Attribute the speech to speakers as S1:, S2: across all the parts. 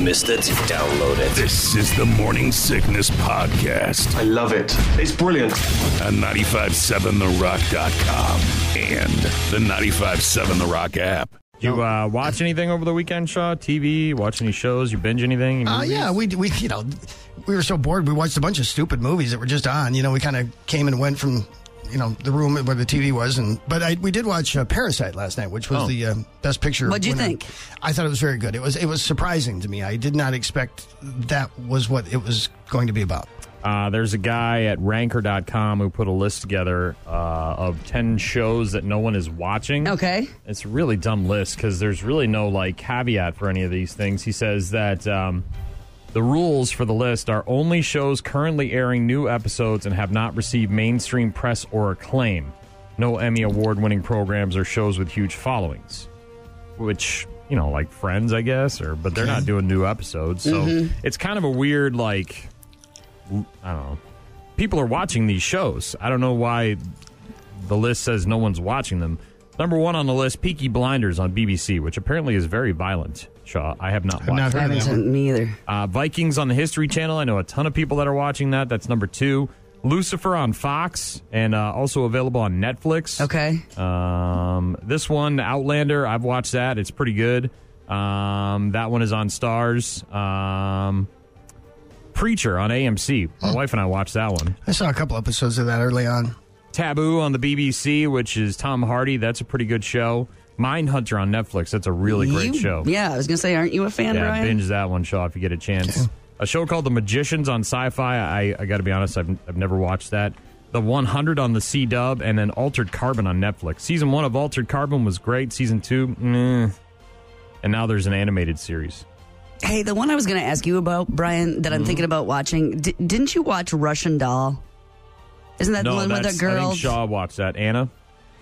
S1: missed it, download it.
S2: This is the Morning Sickness Podcast
S3: I love it. It's brilliant.
S2: on 957therock.com and the 957 The Rock app.
S4: You uh, watch anything over the weekend, Shaw? TV? Watch any shows? You binge anything? Any
S5: Uh,
S4: movies?
S5: yeah, we we you know we were so bored we watched a bunch of stupid movies that were just on. You know, we kind of came and went from you know the room where the TV was, and but I, we did watch uh, Parasite last night, which was the um, best picture.
S6: Oh. What'd you
S5: winner.
S6: think?
S5: I thought it was very good. It was it was surprising to me. I did not expect that was what it was going to be about.
S4: Uh, there's a guy at ranker.com who put a list together uh, of 10 shows that no one is watching.
S6: Okay.
S4: It's a really dumb list because there's really no like caveat for any of these things. He says that um, the rules for the list are only shows currently airing new episodes and have not received mainstream press or acclaim. No Emmy award winning programs or shows with huge followings, which you know, like Friends, I guess, or but they're not doing new episodes, so it's kind of a weird like I don't know. People are watching these shows. I don't know why the list says no one's watching them. Number one on the list, Peaky Blinders on BBC, which apparently is very violent. Shaw, I have not watched.
S5: not
S4: it.
S5: heard
S6: Haven't
S5: that
S6: seen me either.
S4: Uh, Vikings on the History Channel. I know a ton of people that are watching that. That's number two. Lucifer on Fox and uh, also available on Netflix.
S6: Okay.
S4: Um, this one, Outlander, I've watched that. It's pretty good. Um, that one is on Stars. Um, Preacher on AMC. My wife and I watched that one.
S5: I saw a couple episodes of that early on.
S4: Taboo on the BBC, which is Tom Hardy. That's a pretty good show. Mindhunter on Netflix. That's a really great
S6: You-
S4: show.
S6: Yeah, I was gonna say, aren't you a fan,
S4: Yeah,
S6: Brian?
S4: binge that one, Shaw, if you get a chance. A show called The Magicians on Sci-Fi. I, I got to be honest, I've, I've never watched that. The 100 on the C Dub, and then Altered Carbon on Netflix. Season one of Altered Carbon was great. Season two, meh. and now there's an animated series.
S6: Hey, the one I was gonna ask you about, Brian, that
S4: Mm-hmm.
S6: I'm thinking about watching. D- didn't you watch Russian Doll? Isn't that the
S4: no,
S6: one with
S4: that's,
S6: the
S4: I
S6: girl?
S4: think Shaw watched that. Anna?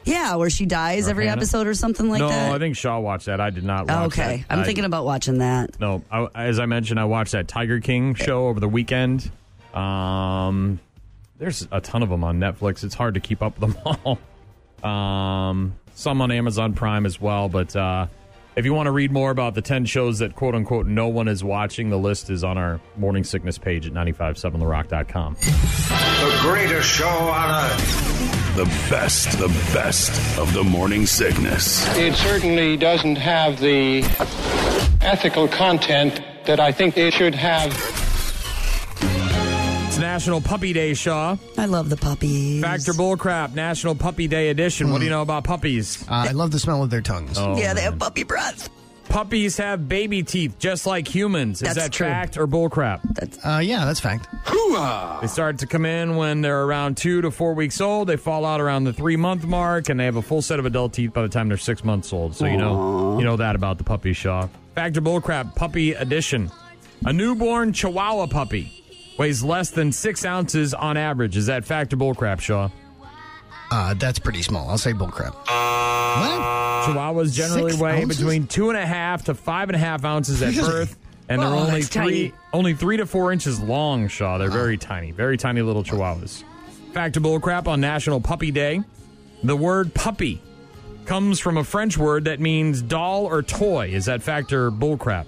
S6: yeah, where she dies
S4: Or
S6: every
S4: Hannah?
S6: episode or something like
S4: no,
S6: that.
S4: I think Shaw watched that. I did not watch
S6: okay,
S4: that.
S6: I'm
S4: I-
S6: thinking about watching that.
S4: No, I, as I mentioned, I watched that Tiger King show over the weekend. Um, there's a ton of them on Netflix. It's hard to keep up with them all. Um, some on Amazon Prime as well. But uh, if you want to read more about the 10 shows that quote unquote no one is watching, the list is on our morning sickness page at 957therock.com.
S7: The greatest show on earth.
S2: The best, the best of the morning sickness.
S8: It certainly doesn't have the ethical content that I think it should have.
S4: It's National Puppy Day, Shaw.
S6: I love the puppies.
S4: Factor Bullcrap, National Puppy Day Edition. What do you know about puppies?
S5: Uh, I love the smell of their tongues.
S6: yeah,
S4: Oh.
S6: they have puppy breath.
S4: Puppies have baby teeth just like humans. Is
S6: That's
S4: that
S6: true.
S4: fact or bullcrap?
S5: Uh, yeah, that's fact.
S4: They start to come in when they're around two to four weeks old. They fall out around the three month mark, and they have a full set of adult teeth by the time they're six months old. So you know you know that about the puppy Shaw. Factor bullcrap puppy edition. A newborn Chihuahua puppy weighs less than six ounces on average. Is that factor bullcrap, Shaw?
S5: Uh, that's pretty small. I'll say bullcrap. What?
S4: Chihuahuas generally
S5: Six
S4: weigh
S5: ounces?
S4: between two and a half to five and a half ounces at
S5: Really?
S4: birth, and they're
S6: Well,
S4: only
S6: that's
S4: three
S6: tiny.
S4: only three to four inches long. Shaw, they're very tiny, very tiny little Chihuahuas. Fact of bullcrap on National Puppy Day. The word puppy comes from a French word that means doll or toy. Is that fact or bullcrap?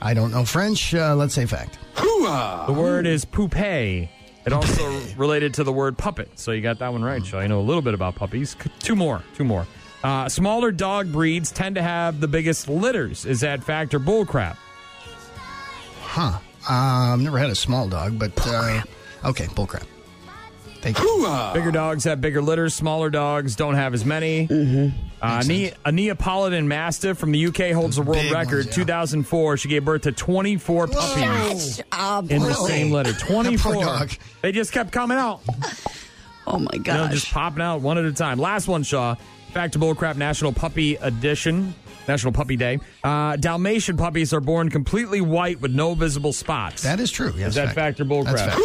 S5: I don't know French. Uh, let's say fact. Oh.
S4: The word is poupée. It also related to the word puppet. So you got that one right, Shaw. You know a little bit about puppies. C- Two more. Two more. Uh, smaller dog breeds tend to have the biggest litters. Is that fact or bullcrap?
S5: Huh. Uh, I've never had a small dog, but uh, okay, bullcrap. Thank you.
S4: Bigger dogs have bigger litters. Smaller dogs don't have as many.
S5: Mm-hmm.
S4: Uh, ne- a Neapolitan Mastiff from the UK holds a world
S5: Big ones,
S4: record.
S5: yeah.
S4: 2004, she gave birth to 24 puppies
S6: Oh,
S4: in the
S5: Whoa.
S4: same litter.
S5: That poor
S4: 24.
S5: dog.
S4: They just kept coming out.
S6: Oh my
S4: You know,
S6: gosh.
S4: just popping out one at a time. Last one, Shaw. Back to Bullcrap National Puppy Edition, National Puppy Day. Uh, Dalmatian puppies are born completely white with no visible spots.
S5: That is true. Yes,
S4: Is that fact or bullcrap?
S5: That's fact.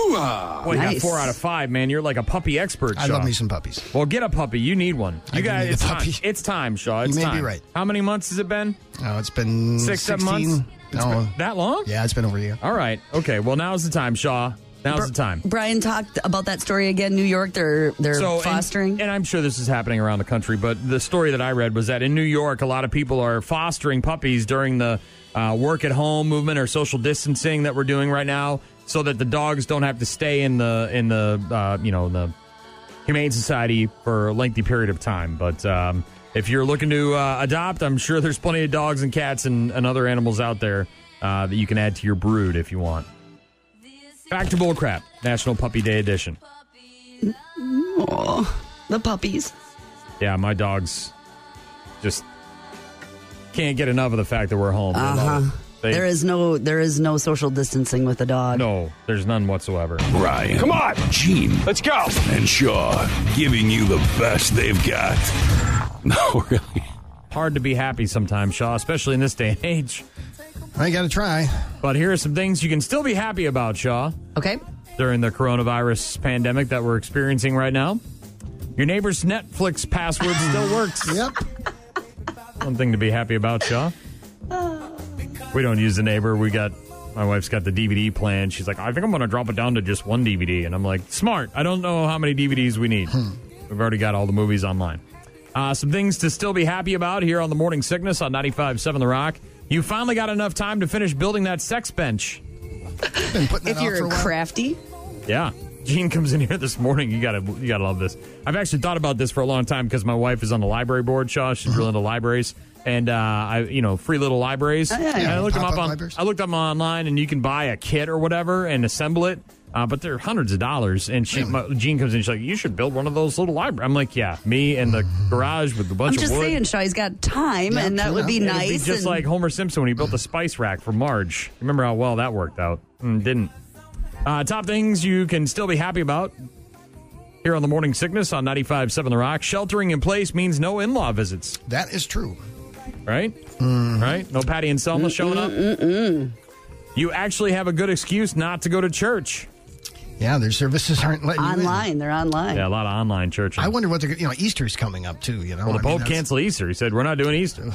S4: Boy, you got
S6: Nice.
S4: four out of five, man. You're like a puppy expert, Shaw.
S5: I love me some puppies.
S4: Well, get a puppy. You need one. You
S5: I do
S4: got
S5: need a
S4: it's
S5: puppy.
S4: time. It's time, Shaw. It's
S5: may be
S4: time.
S5: right.
S4: How many months has it been?
S5: Oh, it's been
S4: Six, seven
S5: 16.
S4: months?
S5: No,
S4: That long?
S5: yeah, it's been over a year.
S4: All right. Okay. Well, now's the time, Shaw. Now's the time.
S6: Brian talked about that story again. New York, they're they're
S4: and-
S6: fostering.
S4: And, I'm sure this is happening around the country, but the story that I read was that in New York, a lot of people are fostering puppies during the uh, work at home movement or social distancing that we're doing right now, so that the dogs don't have to stay in the in the uh, you know the Humane Society for a lengthy period of time. But um, if you're looking to uh, adopt, I'm sure there's plenty of dogs and cats and, and other animals out there uh, that you can add to your brood if you want. Back to bullcrap, National Puppy Day edition.
S6: Aw, Oh, the puppies.
S4: Yeah, my dogs just can't get enough of the fact that we're home. They love it. They-
S6: Uh-huh. There is no there is no social distancing with a dog.
S4: no, there's none whatsoever.
S2: Ryan. Come on. Gene.
S3: Let's go.
S2: And Shaw giving you the best they've got. No, really.
S4: Hard to be happy sometimes, Shaw, especially in this day and age.
S5: I got to try.
S4: But here are some things you can still be happy about, Shaw,
S6: Okay.
S4: during the coronavirus pandemic that we're experiencing right now. Your neighbor's Netflix password still works.
S5: Yep.
S4: One thing to be happy about, Shaw. We don't use the neighbor. We got my wife's got the DVD plan. She's like, I think I'm going to drop it down to just one DVD, and I'm like, smart. I don't know how many DVDs we need. We've already got all the movies online. Uh, some things to still be happy about here on the Morning Sickness on 95.7 The Rock. You finally got enough time to finish building that sex bench.
S5: Been putting
S6: If
S5: that off for
S6: you're
S5: a while.
S6: crafty,
S4: Yeah. Gene comes in here this morning. You gotta, you gotta love this. I've actually thought about this for a long time because my wife is on the library board. Shaw, she's really into libraries, and uh, I, you know, free little libraries.
S6: yeah,
S4: And I
S5: yeah.
S4: looked them up
S5: Pop-up
S4: on,
S5: libraries.
S4: I looked them online, and you can buy a kit or whatever and assemble it. Uh, but they're hundreds of dollars. And she, my, Gene comes in, she's like, "You should build one of those little libraries." I'm like, "Yeah, me and the garage with a bunch
S6: I'm
S4: of
S6: just
S4: wood."
S6: saying, Shaw, he's got time,
S5: Yeah,
S6: and that
S5: true
S6: would be
S5: enough.
S4: It'd be
S6: nice.
S4: just
S6: and
S4: like Homer Simpson when he built the spice rack for Marge. Remember how well that worked out? Mm, didn't. Uh, top things you can still be happy about here on the Morning Sickness on 95.7 The Rock. Sheltering in place means no in law visits,
S5: That is true.
S4: right?
S6: Mm-hmm.
S4: Right? No Patty and Selma showing up. You actually have a good excuse not to go to church.
S5: Yeah, their services aren't letting you in.
S6: online, they're online.
S4: Yeah, a lot of online church.
S5: I wonder what they're you know Easter's coming up too. You know,
S4: well, the
S5: I mean,
S4: Pope
S5: that's-
S4: canceled Easter. He said, We're not doing Easter.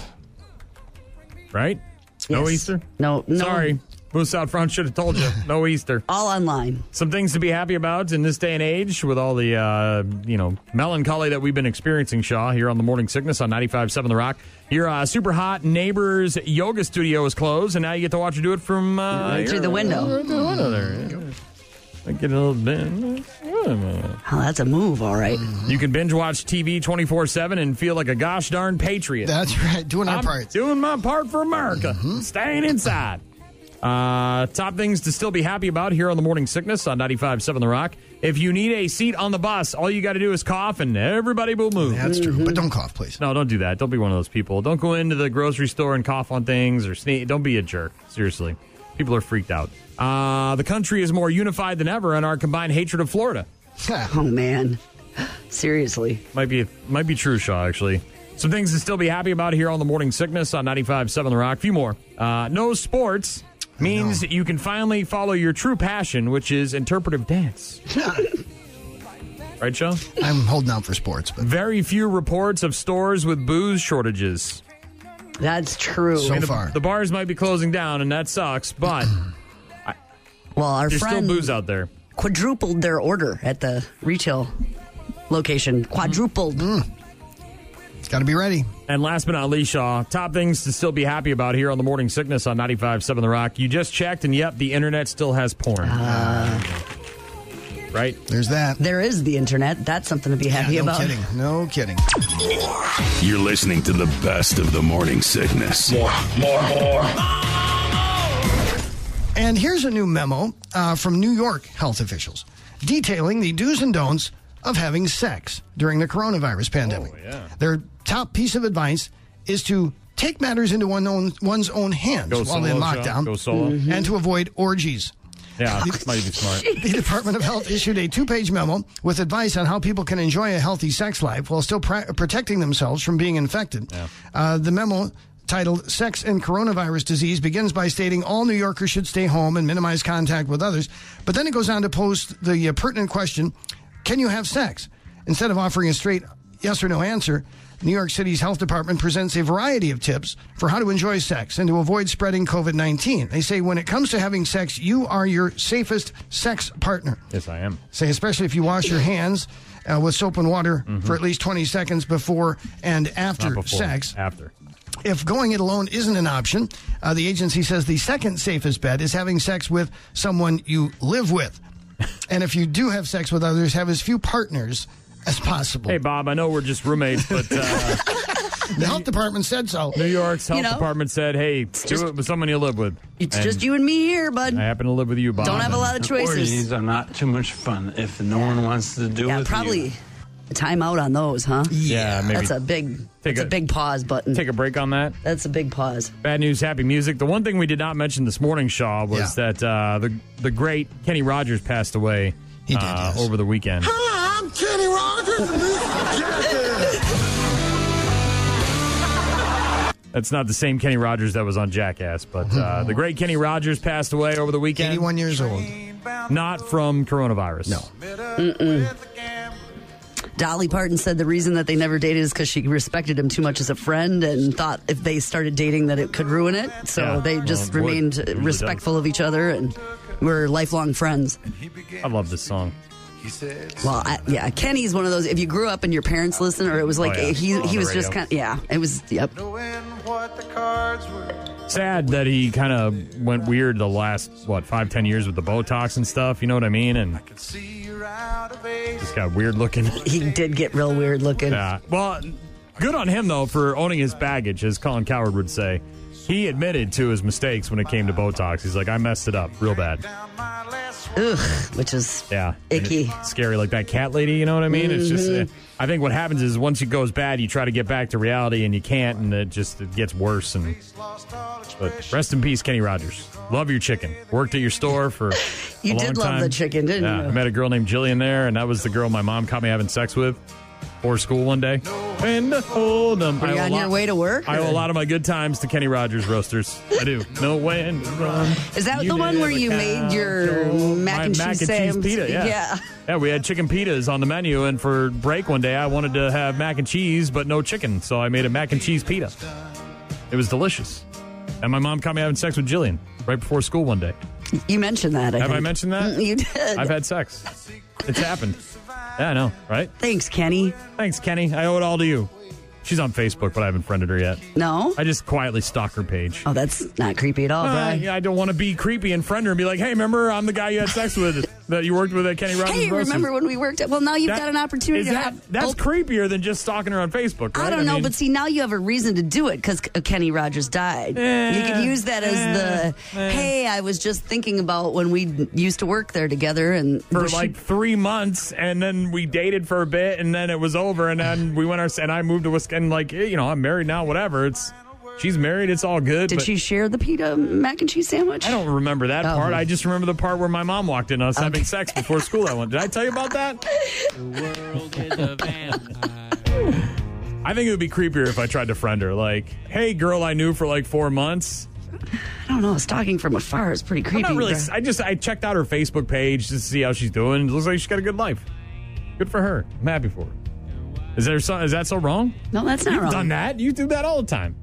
S4: Right? No
S6: Yes.
S4: Easter?
S6: No, no.
S4: Sorry. Moose out front should have told you. No Easter.
S6: All online.
S4: some things to be happy about in this day and age with all the uh, you know melancholy that we've been experiencing shaw here on the morning sickness on 95.7 the rock your uh, super hot neighbors yoga studio is closed and now you get to watch her do it from uh,
S6: Right through
S4: your-
S6: the window.
S4: right through the window there yeah. I get a little bit
S6: Oh, that's a move, all right.
S4: you can binge watch tv 24-7 and feel like a gosh darn patriot
S5: That's right. Doing our
S4: I'm
S5: parts.
S4: doing my part for America, staying inside. Uh, top things to still be happy about here on the Morning Sickness on 95.7 The Rock. If you need a seat on the bus, all you got to do is cough and everybody will move.
S5: That's true. But don't cough, please.
S4: No, don't do that. Don't be one of those people. Don't go into the grocery store and cough on things or sneeze. Don't be a jerk. Seriously. People are freaked out. Uh, the country is more unified than ever in our combined hatred of Florida.
S6: Oh man, seriously.
S4: Might be might be true, Shaw, actually. Some things to still be happy about here on the Morning Sickness on 95.7 The Rock. A few more. Uh, no sports means you can finally follow your true passion, which is interpretive dance. right, Shaw?
S5: I'm holding out for sports, but
S4: Very few reports of stores with booze shortages.
S6: That's true.
S5: so far.
S4: The bars might be closing down, and that sucks, but
S6: well, our
S4: there's still
S6: friend
S4: booze out there.
S6: quadrupled their order at the retail location. Quadrupled.
S5: It's got to be ready.
S4: And last but not least, Shaw, top things to still be happy about here on the Morning Sickness on 95.7 The Rock. You just checked, and yep, the internet still has porn.
S6: Uh.
S4: right?
S5: There's that.
S6: There is the internet. That's something to be happy
S5: Yeah, no
S6: about.
S5: kidding. No kidding.
S2: You're listening to the best of the morning sickness.
S7: More, more, more.
S5: And here's a new memo uh, from New York health officials detailing the do's and don'ts of having sex during the coronavirus pandemic.
S4: Oh,
S5: Their top piece of advice is to take matters into one own, one's own hands
S4: Go
S5: while
S4: solo,
S5: in
S4: Sean.
S5: lockdown
S4: Go solo.
S5: and to avoid orgies.
S4: Yeah, this might be smart.
S5: The Department of Health issued a two page memo with advice on how people can enjoy a healthy sex life while still pri- protecting themselves from being infected. Uh, the memo. Titled Sex and Coronavirus Disease begins by stating all New Yorkers should stay home and minimize contact with others. But then it goes on to post the uh, pertinent question Can you have sex? Instead of offering a straight yes or no answer, New York City's health department presents a variety of tips for how to enjoy sex and to avoid spreading COVID 19. They say when it comes to having sex, you are your safest sex partner.
S4: Yes, I am.
S5: Say, especially if you wash your hands uh, with soap and water for at least 20 seconds before and after
S4: Mm-hmm. Not before,
S5: sex.
S4: After.
S5: If going it alone isn't an option, uh, the agency says the second safest bet is having sex with someone you live with. and if you do have sex with others, have as few partners as possible.
S4: Hey, Bob, I know we're just roommates, but uh,
S5: the health department said so.
S4: New York's health
S6: know?
S4: department said, hey, do
S6: just-
S4: it with someone you live with.
S6: It's
S4: And
S6: just you and me here, bud.
S4: I happen to live with you, Bob.
S6: Don't have a lot of choices.
S1: Orgies are not too much fun if no one wants to do
S6: Yeah,
S1: with
S6: probably
S1: you.
S6: a time out on those, huh?
S4: Yeah, maybe.
S6: That's a big.
S4: Take
S6: That's a,
S4: a-
S6: big pause button.
S4: Take a break on that.
S6: that's a big pause.
S4: Bad news, happy music. The one thing we did not mention this morning, Shaw, was
S5: Yeah.
S4: that uh, the the great Kenny Rogers passed away
S5: He did,
S4: uh,
S5: yes.
S4: over the weekend.
S9: I'm Kenny Rogers. and this is Jackass.
S4: That's not the same Kenny Rogers that was on Jackass, but uh, the great Kenny Rogers passed away over the weekend.
S5: 81 years old.
S4: Not from coronavirus. No.
S6: Dolly Parton said the reason that they never dated is because she respected him too much as a friend and thought if they started dating that it could ruin it. So
S4: Yeah.
S6: they
S4: Well,
S6: just
S4: it would.
S6: remained
S4: It really
S6: respectful of each other and were lifelong friends.
S4: I love this song.
S6: Well, I, yeah, Kenny's one of those. If you grew up and your parents listened, or it was like
S4: Oh, yeah.
S6: he
S4: On
S6: he
S4: the
S6: was just
S4: radio.
S6: kind of yeah, it was yep.
S4: Sad that he kind of went weird the last, what, five, ten years with the Botox and stuff. You know what I mean? And just got weird looking.
S6: He did get real weird looking.
S4: Yeah. Well, good on him though for owning his baggage, as Colin Coward would say. He admitted to his mistakes when it came to Botox. He's like, I messed it up real bad.
S6: Ugh, which is
S4: Yeah.
S6: Icky. Mm-hmm.
S4: It's scary, like that cat lady. You know what I mean? It's just. uh, I think what happens is once it goes bad, you try to get back to reality and you can't, and it just it gets worse. And but rest in peace, Kenny Rogers. Love your chicken. Worked at your store for. a
S6: You
S4: long
S6: did love
S4: time.
S6: the chicken, didn't
S4: yeah,
S6: you?
S4: I met a girl named Jillian there, and that was the girl my mom caught me having sex with. Or school one day. And hold them.
S6: Were you on your way to work?
S4: I owe
S6: or-
S4: a lot of my good times to Kenny Rogers roasters. I do. No when to run.
S6: Is that the one where
S4: never
S6: you made your
S4: count.
S6: mac
S4: My
S6: and
S4: mac and
S6: cheese
S4: cheese
S6: Sam's?
S4: pita? Yeah.
S6: Yeah.
S4: Yeah, we had chicken pitas on the menu, and for break one day, I wanted to have mac and cheese, but no chicken, so I made a mac and cheese pita. It was delicious. And my mom caught me having sex with Jillian right before school one day.
S6: You mentioned that. I
S4: Have I
S6: think.
S4: mentioned that?
S6: Mm, You did.
S4: I've had sex. It's happened. Yeah, I know, right?
S6: Thanks, Kenny.
S4: Thanks, Kenny. I owe it all to you. She's on Facebook, but I haven't friended her yet.
S6: No.
S4: I just quietly stalk her page.
S6: Oh, that's not creepy at all,
S4: Uh,
S6: Brian.
S4: yeah, I don't want to be creepy in front of her and be like, hey, remember, I'm the guy you had sex with that you worked with at Kenny Rogers
S6: Hey,
S4: Roasters."
S6: remember when we worked at? Well, now you've
S4: That-
S6: got an opportunity
S4: is
S6: to
S4: that-
S6: have.
S4: That's
S6: oh,
S4: creepier than just stalking her on Facebook, right?
S6: I don't know,
S4: mean,
S6: but see, now you have a reason to do it because Kenny Rogers died. you could use that as the hey, I was just thinking about when we used to work there together and
S4: For
S6: we should-
S4: like three months, and then we dated for a bit, and then it was over, and then we went our and I moved to Wisconsin. Like, eh, you know, I'm married now. Whatever. It's she's married. It's all good.
S6: did
S4: but
S6: she share the pita mac and cheese sandwich?
S4: I don't remember that
S6: Oh.
S4: part. I just remember the part where my mom walked in on us having
S6: Okay.
S4: sex before school. I went. Did I tell you about that? I think it would be creepier if I tried to friend her. Like, hey, girl, I knew for like four months.
S6: I don't know. Stalking from afar is pretty creepy.
S4: I'm not really.
S6: Brian.
S4: I just I checked out her Facebook page to see how she's doing. It looks like she's got a good life. Good for her. I'm happy for her. Is there so, is that so wrong?
S6: no, that's not wrong.
S4: Done that? You do that all the time.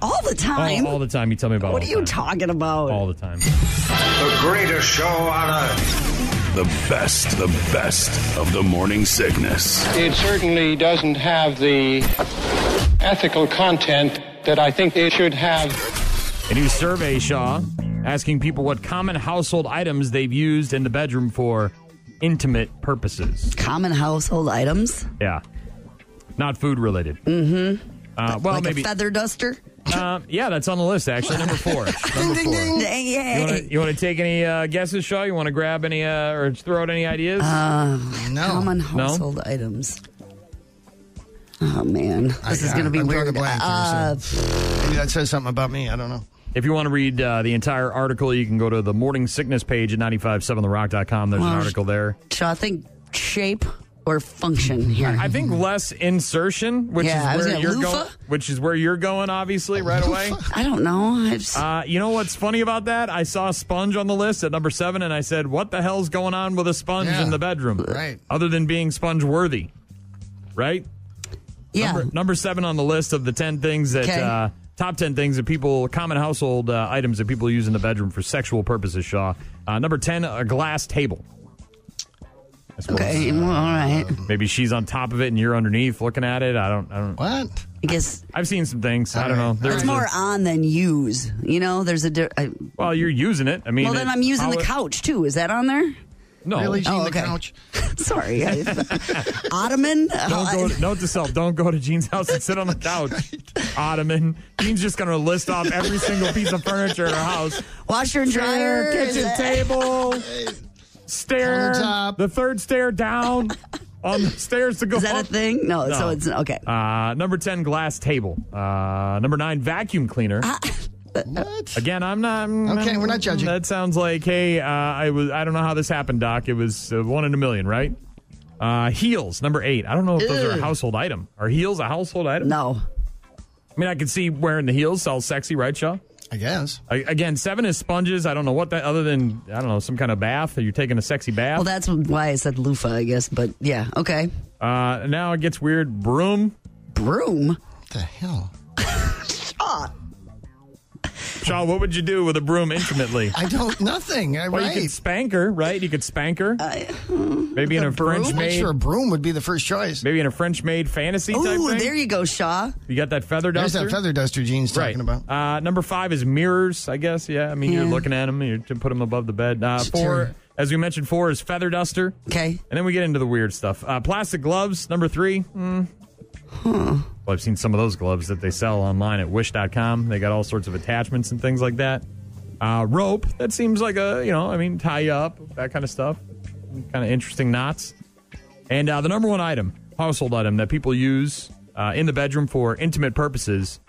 S6: all the time.
S4: All, all the time. You tell me about.
S6: what
S4: all
S6: are
S4: the
S6: you
S4: time.
S6: talking about?
S4: All the time.
S7: The greatest show on earth.
S2: The best, the best of the morning sickness.
S8: It certainly doesn't have the ethical content that I think it should have.
S4: A new survey, Shaw, asking people what common household items they've used in the bedroom for intimate purposes.
S6: Common household items
S4: Yeah, not food related. Mm-hmm. Uh, well,
S6: like
S4: maybe.
S6: a feather duster.
S4: uh, yeah, that's on the list. Actually, number four. Number four.
S6: Dang, yay.
S4: You want to take any uh, guesses, Shaw? You want to grab any uh, or throw out any ideas?
S6: Uh-huh.
S5: No.
S4: Oh,
S6: common household items. Oh man, this is
S5: I-
S6: going to be
S5: I'm drawing a
S6: weird.
S5: blank here,
S6: Uh,
S5: Maybe that says something about me. I don't know.
S4: if you want to read uh, the entire article, you can go to the morning sickness page at 957therock.com. There's an
S6: Well,
S4: article there.
S6: so Uh, I think shape or function here.
S4: I think less insertion, which
S6: Yeah, I
S4: is
S6: was
S4: where
S6: gonna-
S4: you're
S6: loofah?
S4: going, which is where you're going, obviously, right away.
S6: I don't know. I've, s-
S4: Uh, you know what's funny about that? I saw sponge on the list at number seven, and I said, "What the hell's going on with a sponge
S5: Yeah.
S4: in the bedroom?
S5: Right.
S4: Other than being sponge worthy, right?
S6: Yeah.
S4: Number, number seven on the list of the 10 things that,
S6: Okay.
S4: uh, top 10 things that people, common household uh, items that people use in the bedroom for sexual purposes, Shaw. Uh, number 10, a glass table. That's what it's-
S6: Okay, well, all right.
S5: Um,
S4: Maybe she's on top of it and you're underneath looking at it. I don't, I don't,
S5: What?
S6: I guess
S4: I've seen some things. I don't know. There was
S6: it's
S4: a-
S6: more on than use. You know, there's a. Di- I,
S4: well, you're using it. I mean,
S6: well, then
S4: it-
S6: I'm using
S4: how
S6: the
S4: it-
S6: couch too. Is that on there?
S4: No.
S5: Really, Gene,
S6: Oh,
S5: the
S6: okay.
S5: couch?
S6: Sorry, I, ottoman. Oh,
S4: Don't go to, note to self, don't go to Gene's house and sit on the couch. Ottoman. Gene's just going to list off every single piece of furniture in her house.
S6: washer and dryer.
S4: Chair,
S6: is
S4: kitchen
S6: it-
S4: table, stair,
S5: Countertop.
S4: the third stair down, on the stairs to go
S6: Is that a
S4: up.
S6: thing? No,
S4: No.
S6: So it's okay.
S4: Uh, number 10, glass table. Uh, number 9, vacuum cleaner.
S6: Ah.
S5: What?
S4: Again, I'm not.
S5: Okay, we're not judging.
S4: That sounds like, hey, uh, I was. I don't know how this happened, Doc. It was uh, one in a million, right? Uh, heels, number eight. I don't know if those are a
S6: Ew.
S4: household item. Are heels a household item?
S6: no.
S4: I mean, I could see wearing the heels sounds sexy, right, Shaw?
S5: I guess.
S4: I, again, seven is sponges. I don't know what that other than I don't know some kind of bath. You're taking a sexy bath.
S6: Well, that's why I said loofah, I guess. But yeah, okay.
S4: Uh, now it gets weird. Broom.
S6: Broom.
S5: What the hell?
S6: Ah,
S4: Shaw, what would you do with a broom intimately?
S5: I don't, nothing. I
S4: Well,
S5: right.
S4: you could spank her, right? You could spank her. maybe in a
S5: broom?
S4: French
S5: I'm
S4: maid.
S5: sure a broom would be the first choice.
S4: Maybe in a French maid fantasy type
S6: Ooh,
S4: thing.
S6: there you go, Shaw.
S4: You got that feather
S5: There's
S4: duster?
S5: that feather duster Gene's
S4: right.
S5: talking about.
S4: Uh, number five is mirrors, I guess. Yeah, I mean, you're
S6: Yeah.
S4: looking at them, you to put them above the bed. Uh,
S5: Sure.
S4: four, as we mentioned, four is feather duster.
S6: Okay.
S4: And then we get into the weird stuff. Uh, plastic gloves, number three. Hmm. Well, I've seen some of those gloves that they sell online at wish.com. They got all sorts of attachments and things like that. Uh, rope, that seems like a, you know, I mean, tie you up, that kind of stuff. Kind of interesting knots. And uh, the number one item, household item that people use uh, in the bedroom for intimate purposes,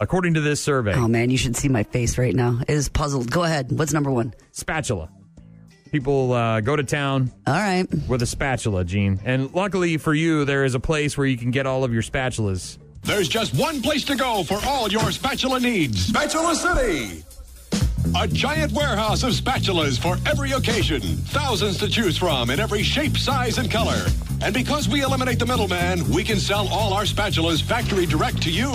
S4: according to this survey,
S6: Oh man, you should see my face right now. It is puzzled. Go ahead. What's number one?
S4: spatula. People uh, go to town,
S6: All right.
S4: with a spatula, Gene. And luckily for you, there is a place where you can get all of your spatulas.
S10: There's just one place to go for all your spatula needs.
S9: Bachelor City!
S10: A giant warehouse of spatulas for every occasion. Thousands to choose from in every shape, size, and color. And because we eliminate the middleman, we can sell all our spatulas factory direct to you.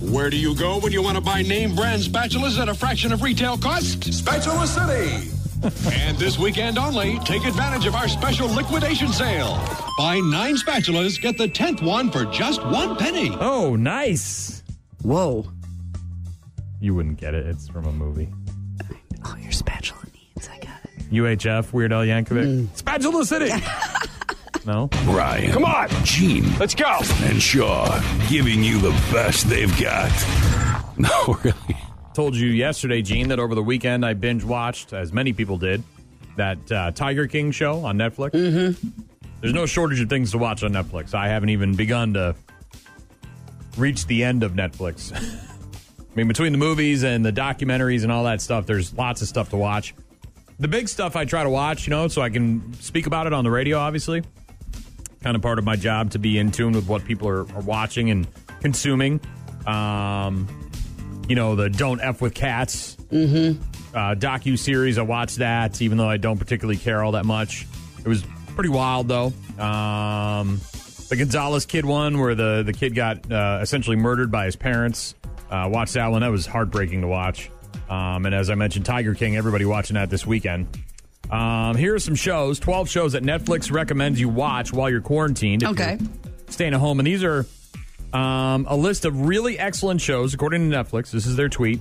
S10: Where do you go when you want to buy name brand spatulas at a fraction of retail cost?
S9: Bachelor City!
S10: And this weekend only, take advantage of our special liquidation sale. Buy nine spatulas, get the tenth one for just one penny.
S4: Oh, nice.
S6: Whoa.
S4: You wouldn't get it. It's from a movie.
S6: Oh, your spatula needs. I got it.
S4: UHF, Weird Al Yankovic. Spatula City. no?
S2: Ryan. Come on. Gene. Let's go. And Shaw giving you the best they've got. No, really.
S4: Told you yesterday, Gene, that over the weekend I binge watched, as many people did, that uh, Tiger King show on Netflix. Mm-hmm. There's no shortage of things to watch on Netflix. I haven't even begun to reach the end of Netflix. I mean, between the movies and the documentaries and all that stuff, there's lots of stuff to watch. The big stuff I try to watch, you know, so I can speak about it on the radio, obviously. Kind of part of my job to be in tune with what people are, are watching and consuming. Um, you know, the Don't F with Cats uh, docu series. I watched that, even though I don't particularly care all that much. It was pretty wild, though. Um, the Gonzalez kid one, where the the kid got uh, essentially murdered by his parents. Uh, watched that one. That was heartbreaking to watch. Um, and as I mentioned, Tiger King. Everybody watching that this weekend. Um, here are some shows. Twelve shows that Netflix recommends you watch while you're quarantined. if
S6: Okay.
S4: you're staying at home, and these are. Um, a list of really excellent shows, according to Netflix. This is their tweet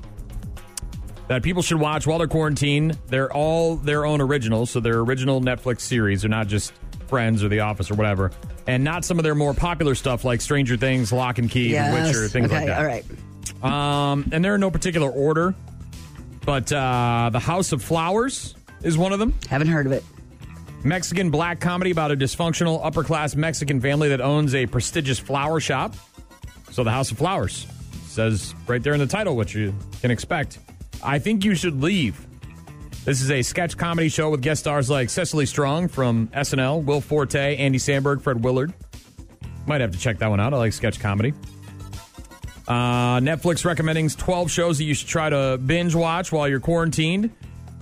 S4: that people should watch while they're quarantined. They're all their own originals, so they're original Netflix series. They're not just Friends or The Office or whatever, and not some of their more popular stuff like Stranger Things, Lock and Key, The
S6: Yes.
S4: Witcher, things
S6: okay.
S4: like that.
S6: All right.
S4: Um, and they're in no particular order, but uh, The House of Flowers is one of them.
S6: Haven't heard of it.
S4: Mexican black comedy about a dysfunctional upper class Mexican family that owns a prestigious flower shop. So, The House of Flowers says right there in the title what you can expect. I think you should leave. This is a sketch comedy show with guest stars like Cecily Strong from SNL, Will Forte, Andy Sandberg, Fred Willard. Might have to check that one out. I like sketch comedy. Uh, Netflix recommending 12 shows that you should try to binge watch while you're quarantined.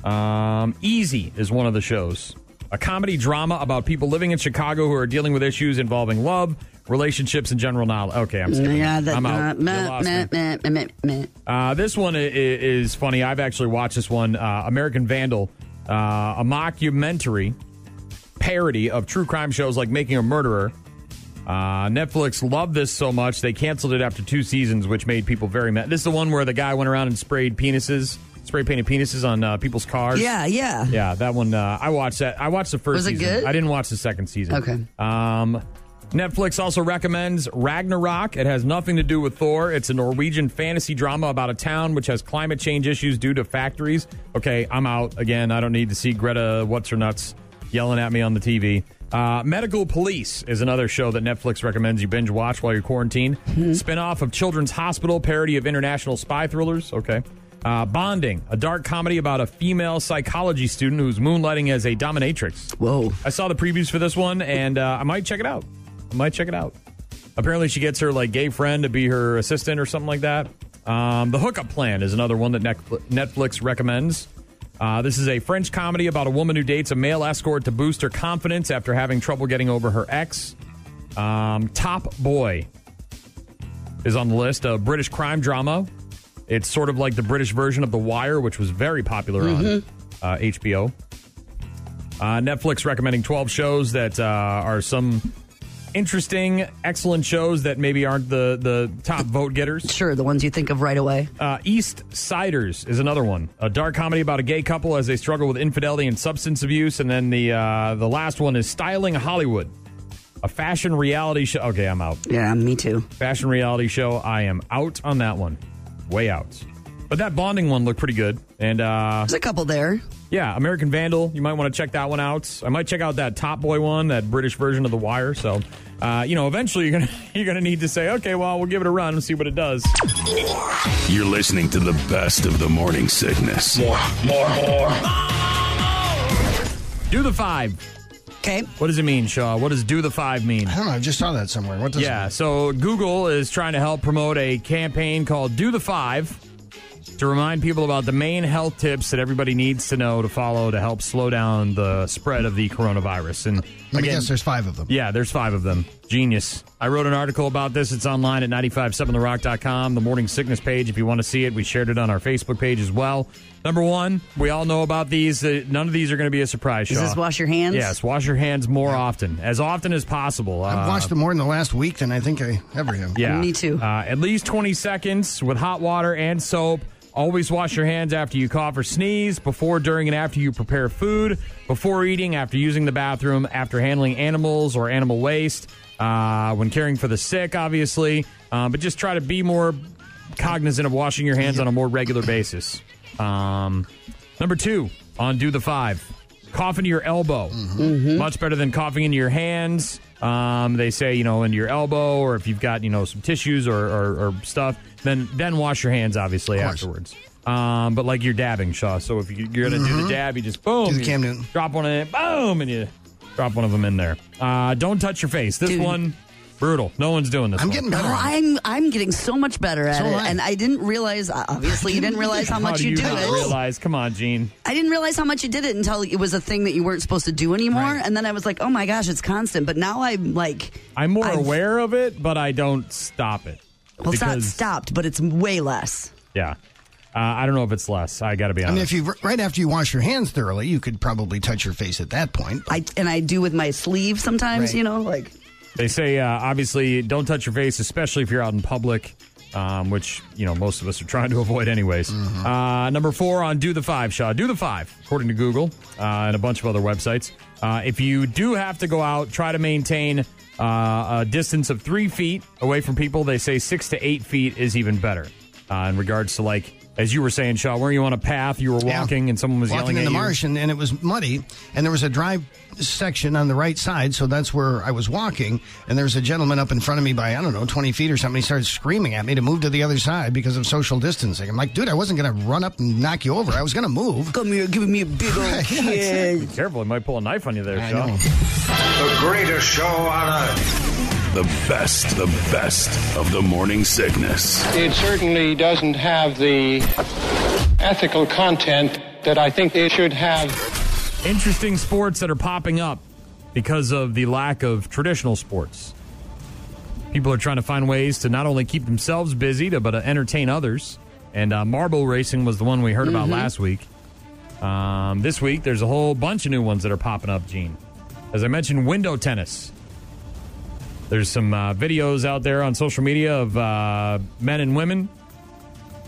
S4: Um, Easy is one of the shows. A comedy drama about people living in Chicago who are dealing with issues involving love, Relationships and general knowledge. Okay, I'm skipping.
S6: Yeah, that,
S4: I'm out.
S6: uh, meh,
S4: You lost me.
S6: meh, meh, meh, meh, meh.
S4: Uh, this one i- i- is funny. I've actually watched this one uh, American Vandal, uh, a mockumentary parody of true crime shows like Making a Murderer. Uh, Netflix loved this so much they canceled it after two seasons, which made people very mad. This is the one where the guy went around and sprayed penises, spray painted penises on uh, people's cars.
S6: Yeah, yeah.
S4: Yeah, that one. Uh, I watched that. I watched the first.
S6: Was it
S4: season.
S6: good?
S4: I didn't watch the second season.
S6: Okay.
S4: Um, Netflix also recommends Ragnarok. It has nothing to do with Thor. It's a Norwegian fantasy drama about a town which has climate change issues due to factories. Okay, I'm out again. I don't need to see Greta what's her nuts yelling at me on the TV. Uh, Medical Police is another show that Netflix recommends you binge watch while you're quarantined. Spinoff of Children's Hospital, parody of international spy thrillers. Okay. Uh, Bonding, a dark comedy about a female psychology student who's moonlighting as a dominatrix.
S6: Whoa.
S4: I saw the previews for this one, and uh, I might check it out. I might check it out. Apparently, she gets her like gay friend to be her assistant or something like that. Um, the Hookup Plan is another one that Netfl- Netflix recommends. Uh, this is a French comedy about a woman who dates a male escort to boost her confidence after having trouble getting over her ex. Um, Top Boy is on the list, a British crime drama. It's sort of like the British version of The Wire, which was very popular on uh, HBO. Uh, Netflix recommending 12 shows that uh, are some interesting, excellent shows that maybe aren't the, the top vote getters.
S6: Sure, the ones you think of right away.
S4: Uh, East Siders is another one, a dark comedy about a gay couple as they struggle with infidelity and substance abuse. And then the uh, the last one is Styling Hollywood, a fashion reality show. Okay, I'm out.
S6: Yeah, me too.
S4: Fashion reality show. I am out on that one, way out. But that bonding one looked pretty good, and uh,
S6: There's a couple there.
S4: yeah, American Vandal. You might want to check that one out. I might check out that Top Boy one, that British version of The Wire. So, uh, you know, eventually you're gonna you're gonna need to say, okay, well, we'll give it a run and see what it does.
S2: You're listening to the best of the morning sickness.
S7: More, more, more.
S4: Do the five.
S6: Okay.
S4: What does it mean, Shaw? What does do the five mean?
S5: I don't know. I just saw that somewhere. What does
S4: Yeah, so Google is trying to help promote a campaign called Do the Five to remind people about the main health tips that everybody needs to know to follow to help slow down the spread of the coronavirus. And
S5: Let me
S4: again,
S5: guess. There's five of them.
S4: Yeah, there's five of them. Genius. I wrote an article about this. It's online at 957therock.com, the morning sickness page. If you want to see it, we shared it on our Facebook page as well. Number one, we all know about these. Uh, none of these are going to be a surprise.
S6: Is
S4: Shaw.
S6: this wash your hands?
S4: Yes, wash your hands more often, as often as possible. Uh,
S5: I've watched them more in the last week than I think I ever have.
S4: Yeah.
S6: Me too.
S4: Uh, at least 20 seconds with hot water and soap. Always wash your hands after you cough or sneeze, before, during, and after you prepare food, before eating, after using the bathroom, after handling animals or animal waste, uh, when caring for the sick, obviously. Uh, but just try to be more cognizant of washing your hands on a more regular basis. Um, number two on Do the Five. Cough into your elbow.
S5: Mm-hmm.
S4: Much better than coughing into your hands. Um, they say, you know, into your elbow, or if you've got, you know, some tissues or, or, or stuff, then then wash your hands, obviously,
S5: course.
S4: afterwards. Um, but like you're dabbing, Shaw. So if you- you're going to do the dab, you just boom.
S5: Mm-hmm. Do the
S4: you
S5: Cam Newton.
S4: Drop one in, boom, and you drop one of them in there. Uh, don't touch your face. This
S6: Dude.
S4: one, brutal. No one's doing this
S5: I'm
S4: one.
S5: getting better.
S6: Oh, I'm I'm getting so much better at
S5: So
S6: it,
S5: am I.
S6: and I didn't realize. Obviously, you didn't realize how much
S4: do
S6: you do
S4: not
S6: it.
S4: realize? Come on, Gene.
S6: I didn't realize how much you did it until it was a thing that you weren't supposed to do anymore. And then I was like, oh my gosh, it's constant. But now I'm like,
S4: I'm more
S6: I've-
S4: aware of it, but I don't stop it.
S6: well, it's not
S4: Because-
S6: stopped, but it's way less.
S4: Yeah. Uh, I don't know if it's less. I got to be
S5: I
S4: honest.
S5: mean, if you right after you wash your hands thoroughly, you could probably touch your face at that point. but-
S6: I and I do with my sleeve sometimes,
S5: Right.
S6: you know, like
S4: they say, uh, obviously, don't touch your face, especially if you're out in public, um, which, you know, most of us are trying to avoid anyways.
S5: Mm-hmm.
S4: Uh, number four on Do the Five, Shaw. Do the Five, according to Google uh, and a bunch of other websites. Uh, if you do have to go out, try to maintain uh, a distance of three feet away from people. They say six to eight feet is even better uh, in regards to, like, as you were saying, Shaw, were you on a path, you were
S5: Yeah.
S4: walking, and someone was
S5: walking
S4: yelling
S5: in
S4: at
S5: the
S4: you.
S5: marsh, and, and it was muddy, and there was a dry section on the right side, so that's where I was walking. And there was a gentleman up in front of me by I don't know twenty feet or something. He started screaming at me to move to the other side because of social distancing. I'm like, dude, I wasn't going to run up and knock you over. I was going to move.
S6: come here, give me a big old kiss.
S4: Careful, it might pull a knife on you there,
S5: I
S4: Shaw.
S5: know.
S7: The greatest show on earth.
S2: The best, the best of the morning sickness.
S8: It certainly doesn't have the ethical content that I think it should have.
S4: interesting sports that are popping up because of the lack of traditional sports. People are trying to find ways to not only keep themselves busy, to, but to entertain others. And uh, marble racing was the one we heard about
S6: Mhm.
S4: last week. Um, this week, there's a whole bunch of new ones that are popping up, Gene. As I mentioned, window tennis. There's some uh, videos out there on social media of uh, men and women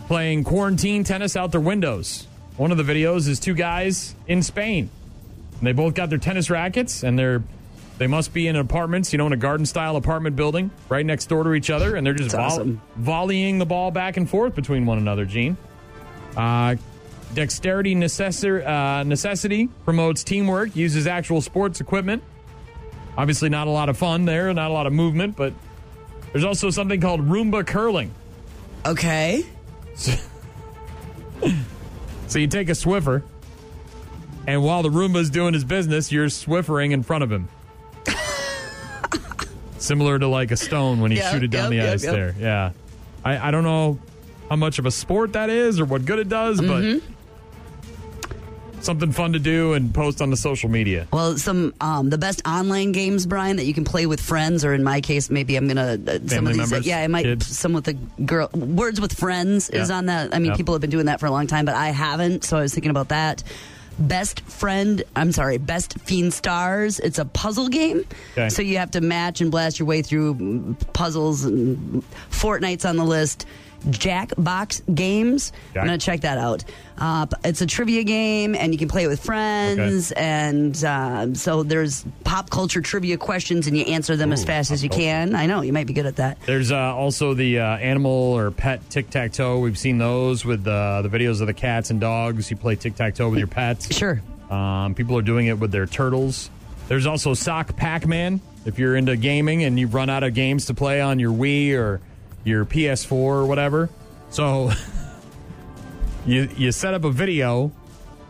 S4: playing quarantine tennis out their windows. One of the videos is two guys in Spain. And they both got their tennis rackets and they're they must be in apartments, you know, in a garden style apartment building right next door to each other and they're just vol-
S11: That's awesome.
S4: volleying the ball back and forth between one another, Gene. Uh Dexterity necessar- uh, necessity promotes teamwork, uses actual sports equipment. Obviously, not a lot of fun there, not a lot of movement, but there's also something called Roomba curling.
S6: Okay.
S4: So, so you take a Swiffer, and while the Roomba's doing his business, you're Swiffering in front of him. Similar to like a stone when you
S11: Yeah,
S4: shoot it down
S11: yep,
S4: the
S11: yep,
S4: ice
S11: yep.
S4: there. Yeah. I, I don't know how much of a sport that is or what good it does,
S11: Mm-hmm.
S4: but something fun to do and post on the social media.
S6: Well, some um, the best online games, Brian, that you can play with friends, or in my case, maybe I'm gonna uh, some
S4: Family
S6: of these.
S4: members,
S6: yeah, I might
S4: kids.
S6: some with the girl words with friends is
S4: Yeah.
S6: on that. I mean,
S4: Yep.
S6: people have been doing that for a long time, but I haven't. So I was thinking about that. Best friend, I'm sorry, best fiend stars. It's a puzzle game,
S11: Okay.
S6: so you have to match and blast your way through mm, puzzles. And Fortnite's on the list. Jackbox games.
S11: Jack-
S6: I'm gonna check that out. Uh, it's a trivia game, and you can play it with friends. And uh, so there's pop culture trivia questions, and you answer them as
S4: Ooh,
S6: fast as
S4: pop
S6: you
S4: culture.
S6: can. I know you might be good at that.
S4: There's uh, also the uh, animal or pet tic tac toe. We've seen those with uh, the videos of the cats and dogs. You play tic tac toe with your pets.
S6: Sure.
S4: Um, people are doing it with their turtles. There's also sock Pac Man. If you're into gaming and you run out of games to play on your Wii or your PS4 or whatever, so you you set up a video.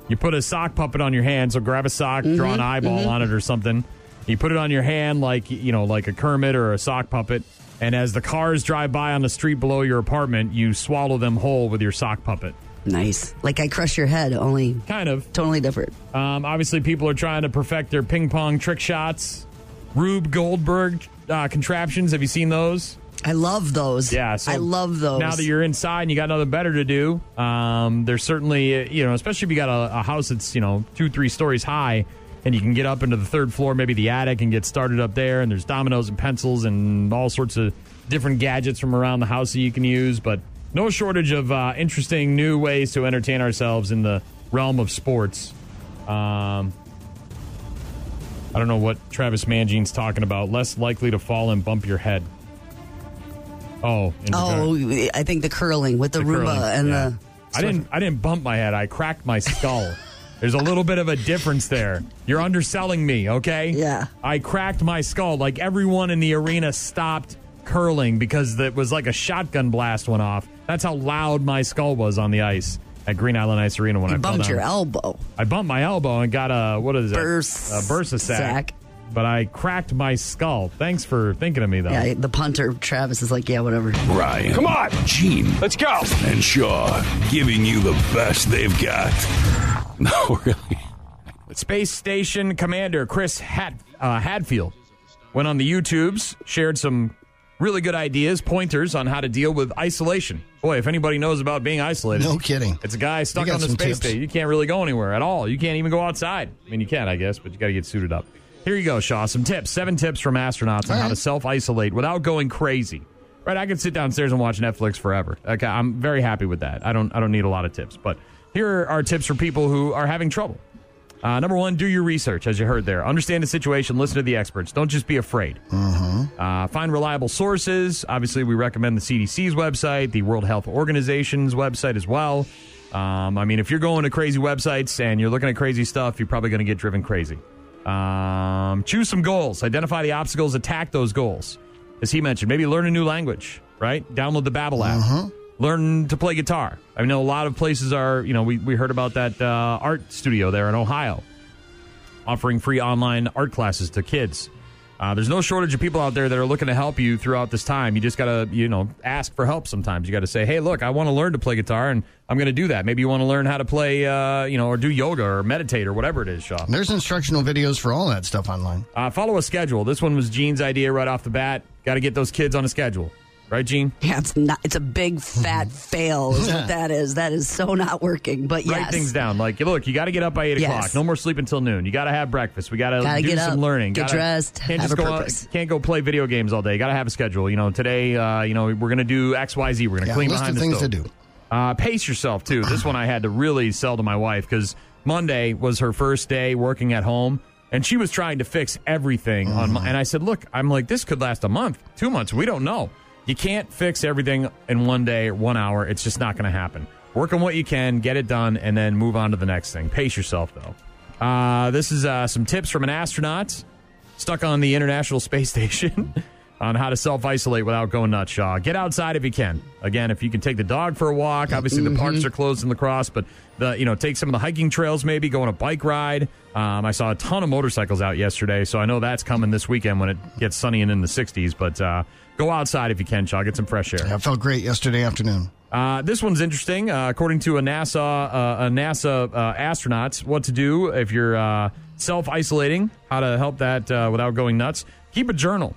S4: You put a sock puppet on your hand. So grab a sock, draw an
S11: Mhm,
S4: eyeball
S11: mhm.
S4: on it or something. You put it on your hand like you know, like a Kermit or a sock puppet. And as the cars drive by on the street below your apartment, you swallow them whole with your sock puppet.
S6: Nice. Like I crush your head, only
S4: kind of
S6: totally different.
S4: Um, obviously, people are trying to perfect their ping pong trick shots. Rube Goldberg uh, contraptions. Have you seen those?
S6: I love those.
S4: Yeah, so
S6: I love those.
S4: Now that you're inside and you got nothing better to do, um, there's certainly uh, you know, especially if you got a, a house that's you know two three stories high, and you can get up into the third floor, maybe the attic, and get started up there. And there's dominoes and pencils and all sorts of different gadgets from around the house that you can use. But no shortage of uh, interesting new ways to entertain ourselves in the realm of sports. Um, I don't know what Travis Mangine's talking about. Less likely to fall and bump your head. Oh, in regard-
S6: oh, I think the curling with the, Roomba
S4: curling,
S6: and
S4: yeah.
S6: the.
S4: I didn't. I didn't bump my head. I cracked my skull. There's a little bit of a difference there. You're underselling me, okay? Yeah. I cracked my skull. Like everyone in the arena stopped curling because it was like a shotgun blast went off. That's how loud my skull was on the ice at Green Island Ice Arena when
S6: You
S4: I fell
S6: bumped
S4: down.
S6: your elbow.
S4: I bumped my elbow and got a what is it?
S6: Burst
S4: A bursa sack.
S6: sack.
S4: But I cracked my skull. Thanks for thinking of me, though.
S6: Yeah, the punter Travis is like, yeah, whatever.
S2: Ryan. Come on. Gene. Let's go. And Shaw giving you the best they've got. No, really.
S4: Space Station Commander Chris Had, uh, Hadfield went on the YouTubes, shared some really good ideas, pointers on how to deal with isolation. Boy, if anybody knows about being isolated,
S5: No kidding.
S4: It's a guy stuck
S5: got
S4: on the
S5: some
S4: space
S5: tips.
S4: station. You can't really go anywhere at all. You can't even go outside. I mean, you can, I guess, but you got to get suited up. Here you go, Shaw. Some tips. Seven tips from astronauts on how to self isolate without going crazy. Right, I could sit downstairs and watch Netflix forever. Okay, I'm very happy with that. I don't, I don't need a lot of tips, but here are tips for people who are having trouble. Uh, number one, do your research, as you heard there. Understand the situation. Listen to the experts. Don't just be afraid. Uh, find reliable sources. Obviously, we recommend the CDC's website, the World Health Organization's website as well. Um, I mean, if you're going to crazy websites and you're looking at crazy stuff, you're probably going to get driven crazy. Um, choose some goals. Identify the obstacles. Attack those goals. As he mentioned, maybe learn a new language, right? Download the Babbel app. Learn to play guitar. I know a lot of places are, you know, we, we heard about that uh, art studio there in Ohio offering free online art classes to kids. Uh, there's no shortage of people out there that are looking to help you throughout this time. You just gotta, you know, ask for help. Sometimes you gotta say, "Hey, look, I want to learn to play guitar, and I'm gonna do that." Maybe you want to learn how to play, uh, you know, or do yoga or meditate or whatever it is. Shaw.
S5: There's instructional videos for all that stuff online.
S4: Uh, follow a schedule. This one was Gene's idea right off the bat. Got to get those kids on a schedule, right, Gene?
S6: Yeah, it's not. It's a big fat fail. Is what that is. That is so not working. But
S4: Write
S6: yes,
S4: things down. Like, look, you got to get up by eight
S6: Yes.
S4: o'clock. No more sleep until noon. You got to have breakfast. We got to
S6: Gotta
S4: do
S6: get
S4: some
S6: up,
S4: learning.
S6: get
S4: Gotta-
S6: dressed,
S4: Can't
S6: have
S4: just
S6: a
S4: go out,
S6: purpose.
S4: Can't go play video games all day. Got to have a schedule. You know, today, uh, you know, we're gonna do X, Y, Z. We're gonna
S5: Yeah,
S4: clean
S5: list
S4: behind
S5: of
S4: the
S5: things
S4: stove.
S5: to do.
S4: Uh, pace yourself too. This one I had to really sell to my wife because Monday was her first day working at home, and she was trying to fix everything. On Mon- and I said, "Look, I'm like this could last a month, two months. We don't know. You can't fix everything in one day, one hour. It's just not going to happen. Work on what you can, get it done, and then move on to the next thing. Pace yourself though. Uh, this is uh, some tips from an astronaut stuck on the International Space Station on how to self isolate without going nuts, Shaw. Get outside if you can. Again, if you can take the dog for a walk, obviously the parks are closed in lacrosse, but the you know, take some of the hiking trails maybe, go on a bike ride. Um, I saw a ton of motorcycles out yesterday, so I know that's coming this weekend when it gets sunny and in the sixties, but uh, go outside if you can, Shaw. Get some fresh air.
S5: I felt great yesterday afternoon.
S4: Uh, this one's interesting. Uh, according to a NASA uh, a NASA uh, astronaut, what to do if you're uh, self isolating, how to help that uh, without going nuts. Keep a journal.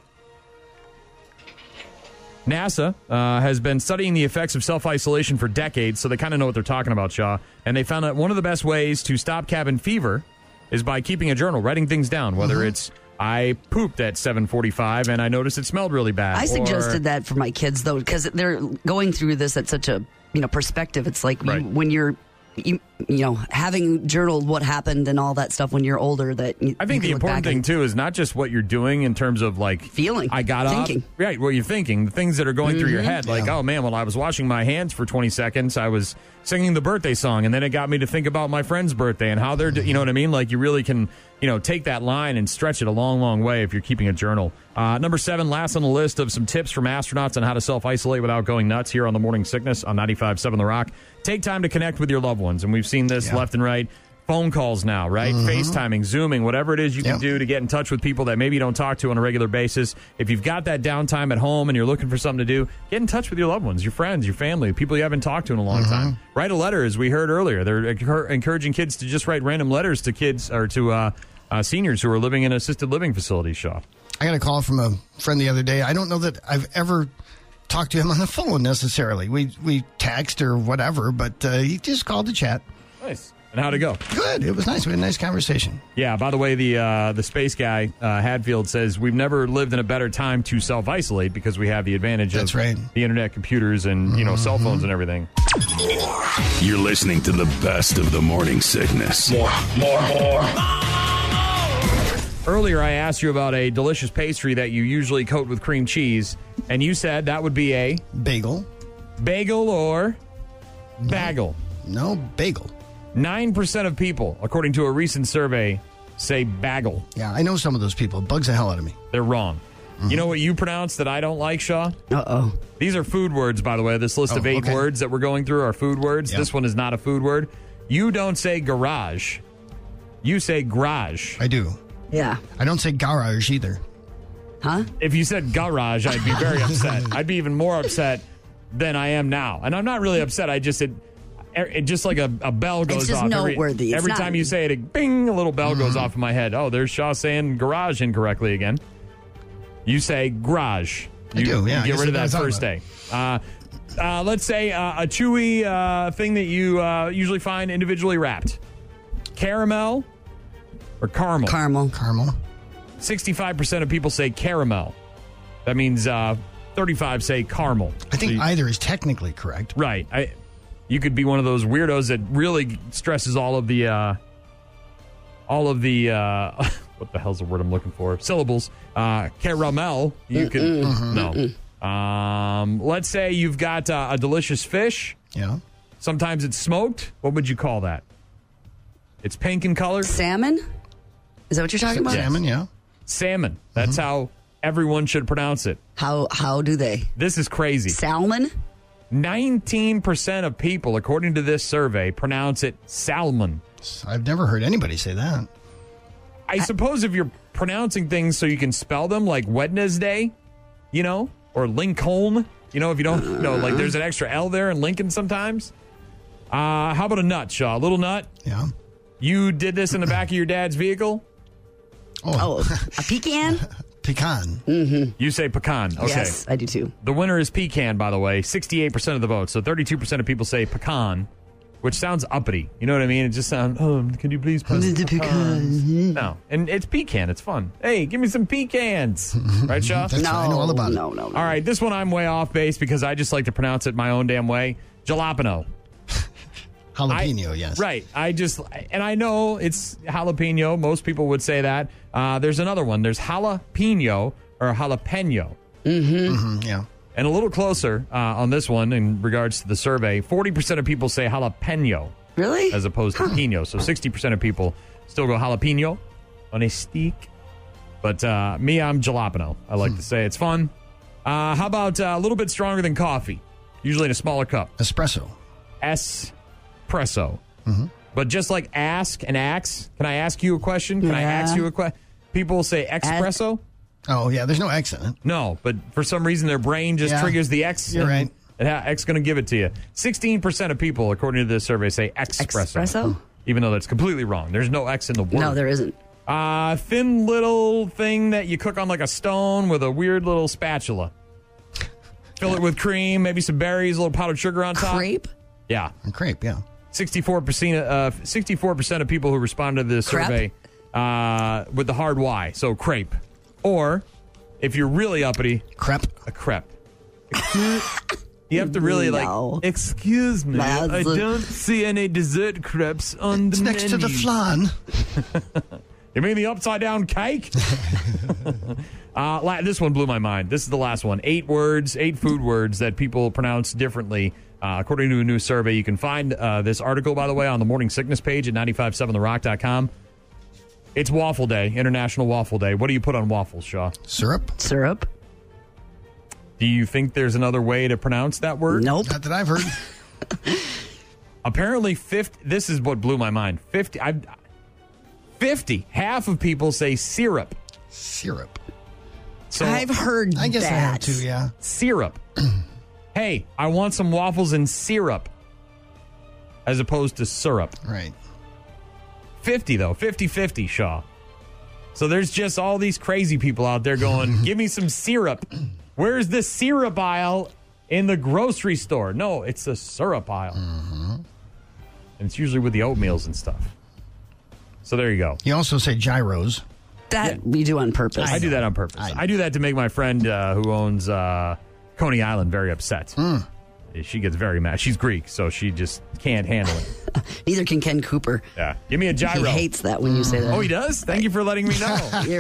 S4: NASA uh, has been studying the effects of self isolation for decades, so they kind of know what they're talking about, Shaw. And they found out one of the best ways to stop cabin fever is by keeping a journal, writing things down. Whether
S6: Mm-hmm.
S4: it's I pooped at 7:45 and I noticed it smelled really bad.
S6: I
S4: or-
S6: suggested that for my kids though because they're going through this at such a you know perspective. It's like
S4: Right.
S6: you, when you're you, you know having journaled what happened and all that stuff when you're older. That you,
S4: I think the
S6: you can look
S4: important
S6: back
S4: thing
S6: and-
S4: too is not just what you're doing in terms of like
S6: Feeling,
S4: I got
S6: thinking. Mm-hmm.
S4: up, right? What you're thinking, the things that are going through your head, like oh man, well I was washing my hands for 20 seconds, I was singing the birthday song, and then it got me to think about my friend's birthday and how they're, do- you know what I mean? Like you really can, you know, take that line and stretch it a long, long way if you're keeping a journal. Uh, number seven, last on the list of some tips from astronauts on how to self isolate without going nuts here on the Morning Sickness on 95.7 The Rock. Take time to connect with your loved ones, and we've seen this left and right phone calls now, right? FaceTiming, Zooming, whatever it is you can
S5: Yep.
S4: do to get in touch with people that maybe you don't talk to on a regular basis. If you've got that downtime at home and you're looking for something to do, get in touch with your loved ones, your friends, your family, people you haven't talked to in a long time. Write a letter, as we heard earlier. They're encour- encouraging kids to just write random letters to kids or to uh, uh, seniors who are living in assisted living facilities, Shaw.
S5: I got a call from a friend the other day. I don't know that I've ever talked to him on the phone necessarily. We we text or whatever, but uh, he just called to chat.
S4: Nice. And how'd it go?
S5: Good. It was nice. We had a nice conversation.
S4: Yeah. By the way, the uh, the space guy uh, Hadfield says we've never lived in a better time to self isolate because we have the advantage
S5: That's
S4: of
S5: right.
S4: the internet, computers, and you know cell phones and everything.
S2: You're listening to the best of the morning sickness.
S7: More, more, more.
S4: Earlier, I asked you about a delicious pastry that you usually coat with cream cheese, and you said that would be a
S5: Bagel.
S4: bagel or bagel.
S5: No bagel.
S4: Nine percent of people, according to a recent survey, say bagel.
S5: Yeah, I know some of those people. It bugs the hell out of me.
S4: They're wrong. You know what you pronounce that I don't like, Shaw?
S6: Uh oh.
S4: These are food words, by the way. This list
S5: Oh,
S4: of eight
S5: okay.
S4: words that we're going through are food words.
S5: Yeah.
S4: This one is not a food word. You don't say garage. You say garage.
S5: I do.
S6: Yeah.
S5: I don't say garage either.
S6: Huh?
S4: If you said garage, I'd be very upset. I'd be even more upset than I am now. And I'm not really upset. I just it, it just like a, a bell goes
S6: just
S4: off every,
S6: noteworthy. It's
S4: every
S6: not-
S4: time you say it. A bing, a little bell goes
S5: Mm-hmm.
S4: off in my head. Oh, there's Shaw saying garage incorrectly again. You say garage.
S5: I
S4: You,
S5: do, yeah, I
S4: you
S5: guess
S4: get rid of
S5: I
S4: that
S5: thought
S4: first
S5: about
S4: day. Uh, uh, let's say uh, a chewy uh, thing that you uh, usually find individually wrapped, caramel or caramel.
S6: Caramel.
S5: Caramel.
S4: 65% of people say caramel. That means uh, 35 say caramel.
S5: I think either is technically correct.
S4: Right. I, you could be one of those weirdos that really stresses all of the, uh, all of the, uh, what the hell's the word I'm looking for? Syllables. Uh, caramel. You could, no. Um, let's say you've got uh, a delicious fish.
S5: Yeah.
S4: Sometimes it's smoked. What would you call that? It's pink in color.
S6: Salmon. Is that what you're talking about?
S5: Salmon, yeah.
S4: Salmon. That's how everyone should pronounce it.
S6: How how do they?
S4: This is crazy.
S6: Salmon.
S4: 19% of people, according to this survey, pronounce it salmon.
S5: I've never heard anybody say that.
S4: I suppose if you're pronouncing things so you can spell them, like Wednesday, you know, or Lincoln, you know, if you don't know, like there's an extra L there in Lincoln sometimes. Uh, how about a nut, Shaw? Little nut,
S5: Yeah.
S4: you did this in the back of your dad's vehicle?
S6: Oh, a Oh, pecan.
S5: Pecan.
S4: You say pecan. Okay.
S6: Yes, I do too.
S4: The winner is pecan, by the way. 68% of the vote. So 32% of people say pecan, which sounds uppity. You know what I mean? It just sounds, um, can you please pass the pecans? No. And it's pecan. It's fun. Hey, give me some pecans. right, Shaw?
S5: That's
S6: no,
S5: what I know all about it.
S6: no, no, no.
S4: All right, this one I'm way off base because I just like to pronounce it my own damn way. Jalapeno.
S5: Jalapeno, yes.
S4: Right. I just, and I know it's jalapeno. Most people would say that. Uh, there's another one. There's jalapeno or jalapeno.
S5: Mm, yeah.
S4: And a little closer uh, on this one in regards to the survey 40% of people say jalapeno
S6: Really?
S4: as opposed to pino. So 60% of people still go jalapeno on a steak. But uh, me, I'm jalapeno. I like to say it's fun. Uh, how about uh, a little bit stronger than coffee? Usually in a smaller cup.
S5: Espresso.
S4: Espresso. But just like ask and axe, can I ask you a question? Can I
S6: Yeah.
S4: ask you a question? People say espresso.
S5: Oh, yeah, there's no accent.
S4: No, but for some reason their brain just
S5: Yeah.
S4: triggers the X. and
S5: You're right.
S4: it ha- X going to give it to you. 16% of people, according to this survey, say espresso.
S6: Espresso?
S4: Even though that's completely wrong. There's no X in the word.
S6: No, there isn't.
S4: Uh, thin little thing that you cook on like a stone with a weird little spatula. Fill it with cream, maybe some berries, a little powdered sugar on top.
S6: Crepe?
S4: Yeah.
S5: And crepe, yeah.
S4: 64% uh, 64% of people who responded to this
S6: Crepe?
S4: survey uh, with the hard Y. So crepe. Or if you're really uppity,
S5: Crepe.
S4: a crepe. you have to really like.
S6: No.
S4: Excuse me,
S6: That's
S4: I
S6: a-
S4: don't see any dessert crepes on the
S5: It's next to the
S4: menu."
S5: flan.
S4: You mean the upside down cake? uh, la- this one blew my mind. This is the last one. Eight words, eight food words that people pronounce differently. Uh, according to a new survey, you can find uh, this article, by the way, on the morning sickness page at 957therock.com. It's Waffle Day, International Waffle Day. What do you put on waffles, Shaw?
S5: Syrup.
S6: Syrup?
S4: Do you think there's another way to pronounce that word?
S6: Nope.
S5: Not that I've heard.
S4: Apparently, 50. This is what blew my mind. 50. I, 50. Half of people say syrup.
S5: Syrup.
S4: So
S6: I've heard
S5: I guess
S6: that.
S5: I have too, yeah.
S4: syrup. hey, I want some waffles and syrup as opposed to syrup.
S5: Right.
S4: 50, though. 50 50, Shaw. So there's just all these crazy people out there going, give me some syrup. Where's the syrup aisle in the grocery store? No, it's the syrup aisle. And it's usually with the oatmeals and stuff. So there you go.
S5: You also say gyros.
S6: That we do on purpose.
S4: I do that on purpose.
S5: I know.
S4: I, do that to make my friend uh, who owns uh, Coney Island very upset. She gets very mad. She's Greek, so she just can't handle it.
S6: Neither can Ken Cooper.
S4: Yeah. Give me a
S6: He
S4: gyro.
S6: hates that when you say that.
S4: oh, he does? Thank you for letting me know.
S6: You're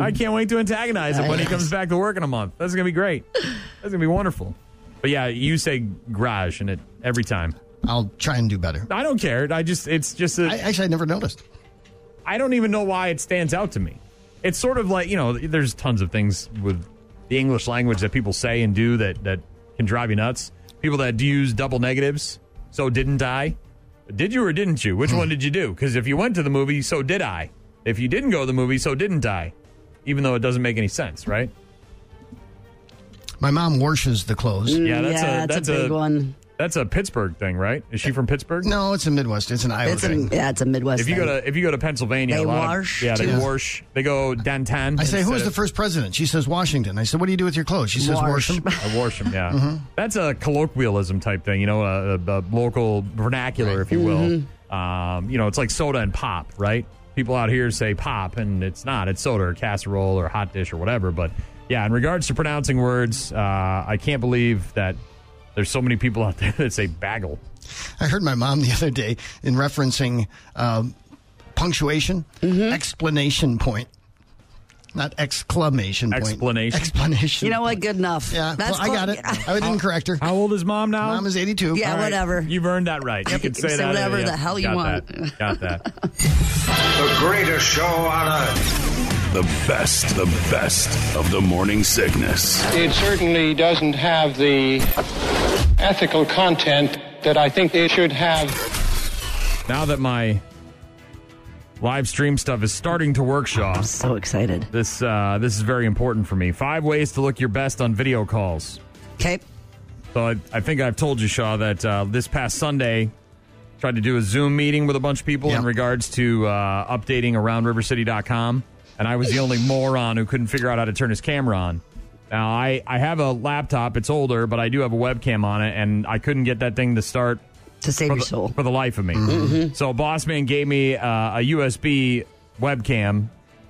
S4: I can't wait to antagonize him when he comes back to work in a month. That's going to be great. That's going to be wonderful. But yeah, you say garage and it every time.
S5: I'll try and do better.
S4: I don't care. I just it's just a,
S5: I actually I never noticed.
S4: I don't even know why it stands out to me. It's sort of like, you know, there's tons of things with the English language that people say and do that, that can drive you nuts. People that do use double negatives. So didn't I? Did you or didn't you? Which one did you do? Because if you went to the movie, so did I. If you didn't go to the movie, so didn't I. Even though it doesn't make any sense, right?
S5: My mom washes the clothes.
S4: Yeah, that's
S6: yeah,
S4: a
S6: it's
S4: that's
S6: a big one.
S4: That's a Pittsburgh thing, right? Is she from Pittsburgh?
S5: No, it's a Midwest. It's an Iowa
S6: It's a,
S5: thing.
S6: yeah, it's a Midwest
S4: If you go to if you go to Pennsylvania,
S6: They
S4: a lot
S6: wash,
S4: of, yeah, they
S5: too.
S4: wash. They go downtown.
S5: I say, who was the
S4: instead
S5: first president? She says Washington. I said, what do you do with your clothes? She says, wash
S6: Wash.
S5: them.
S4: I wash them, yeah.
S6: Mm-hmm.
S4: That's a colloquialism type thing, you know, a, a, a local vernacular, if you will.
S6: Mm-hmm.
S4: Um, you know, it's like soda and pop, right? People out here say pop, and it's not. It's soda or casserole or hot dish or whatever. But yeah, in regards to pronouncing words, uh, I can't believe that there's so many people out there that say bagel.
S5: I heard my mom the other day in referencing um, punctuation,
S6: Mm-hmm.
S5: explanation point, not exclamation point.
S4: Explanation.
S5: Explanation.
S6: You know what? Good enough.
S5: Yeah,
S6: That's
S5: well, I got
S6: close.
S5: it. I didn't correct her.
S4: How old is mom now?
S5: Mom is 82.
S6: Yeah,
S4: All right,
S6: whatever.
S4: You've earned that right. You can
S6: can
S4: say,
S6: say
S4: that.
S6: whatever
S4: yeah,
S6: the hell you
S4: got
S6: want.
S4: that. Got that.
S7: The greatest show on earth.
S2: The best, the best of the morning sickness.
S8: It certainly doesn't have the ethical content that I think it should have.
S4: Now that my live stream stuff is starting to work, Shaw,
S6: I'm so excited.
S4: this uh, this is very important for me. Five ways to look your best on video calls.
S6: Okay.
S4: So I, I think I've told you, Shaw, that uh, this past Sunday tried to do a Zoom meeting with a bunch of people
S5: Yeah.
S4: in regards to uh, updating around RiverCity.com. and I was the only moron who couldn't figure out how to turn his camera on. Now I, I have a laptop, it's older, but I do have a webcam on it, and I couldn't get that thing to start
S6: to save
S4: for
S6: your
S4: the,
S6: soul.
S4: for the life of me. So Bossman gave me uh, a USB webcam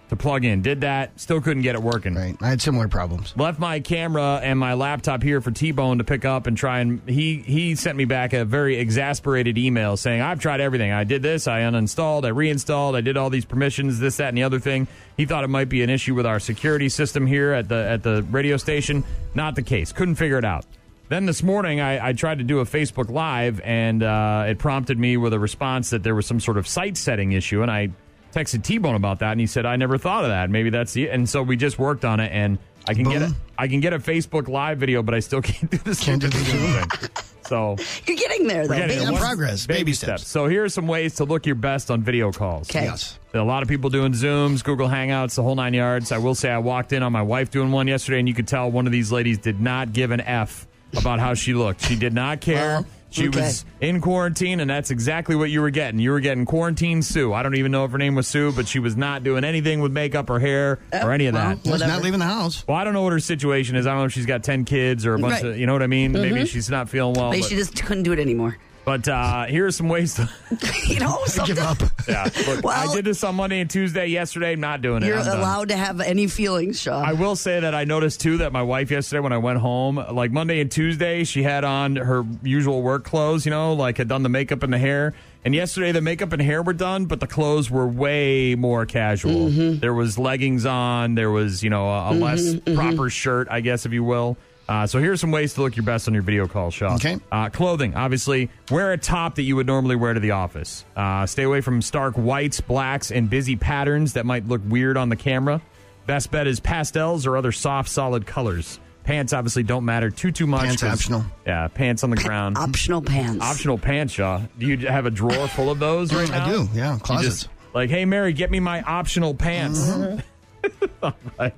S4: to plug in. Did that, still couldn't get it working.
S5: Right. I had similar problems.
S4: Left my camera and my laptop here for T Bone to pick up and try and he he sent me back a very exasperated email saying I've tried everything. I did this, I uninstalled, I reinstalled, I did all these permissions, this, that, and the other thing. He thought it might be an issue with our security system here at the at the radio station. Not the case. Couldn't figure it out. Then this morning, I, I tried to do a Facebook Live, and uh, it prompted me with a response that there was some sort of site setting issue. And I texted T Bone about that, and he said, "I never thought of that. Maybe that's it." And so we just worked on it, and I can get a,
S5: Boom.
S4: I can get a Facebook Live video, but I still can't do this
S5: Can't do
S4: stupid
S5: the
S4: Zoom thing. So
S6: You're getting there, though.
S4: we're getting
S5: Baby
S4: there.
S5: in
S4: One-
S5: progress, baby steps.
S4: So here are some ways to look your best on video calls.
S6: Okay.
S5: Yes.
S4: A lot of people doing Zooms, Google Hangouts, the whole nine yards. I will say I walked in on my wife doing one yesterday, and you could tell one of these ladies did not give an F about how she looked. She did not care.
S6: Well,
S4: she
S6: okay.
S4: was in quarantine, and that's exactly what you were getting. You were getting quarantine Sue. I don't even know if her name was Sue, but she was not doing anything with makeup or hair or any of
S6: Uh, well,
S4: that.
S5: Was
S6: Whatever.
S5: not leaving the house.
S4: Well, I don't know what her situation is. I don't know if she's got 10 kids or a bunch
S6: Right. Mm-hmm.
S4: of, you know what I mean? Maybe she's not feeling well.
S6: Maybe
S4: but
S6: she just couldn't do it anymore.
S4: but uh, here are some ways to.
S6: you know,
S5: I give
S6: something.
S5: up.
S4: Yeah, look,
S6: Well-
S4: I did this on Monday and Tuesday. Yesterday, I'm not doing it.
S6: You're
S4: I'm done.
S6: allowed to have any feelings, Shaw.
S4: I will say that I noticed too that my wife yesterday when I went home, like Monday and Tuesday, she had on her usual work clothes, you know, like had done the makeup and the hair. And yesterday the makeup and hair were done, but the clothes were way more casual. There was leggings on, there was, you know, a, a less proper shirt, I guess if you will. Uh, so here's some ways to look your best on your video call shop.
S5: Okay.
S4: Uh, clothing, obviously, wear a top that you would normally wear to the office. Uh, stay away from stark whites, blacks, and busy patterns that might look weird on the camera. Best bet is pastels or other soft, solid colors. Pants obviously don't matter too too much.
S5: Pants
S4: 'cause-
S5: optional.
S4: Yeah, pants on the ground.
S6: Optional pants.
S4: um, optional pants, Shaw. Do you have a drawer full of those right now?
S5: I do. Yeah.
S4: You
S5: Closets.
S4: just- like, hey, Mary, get me my optional pants. All right.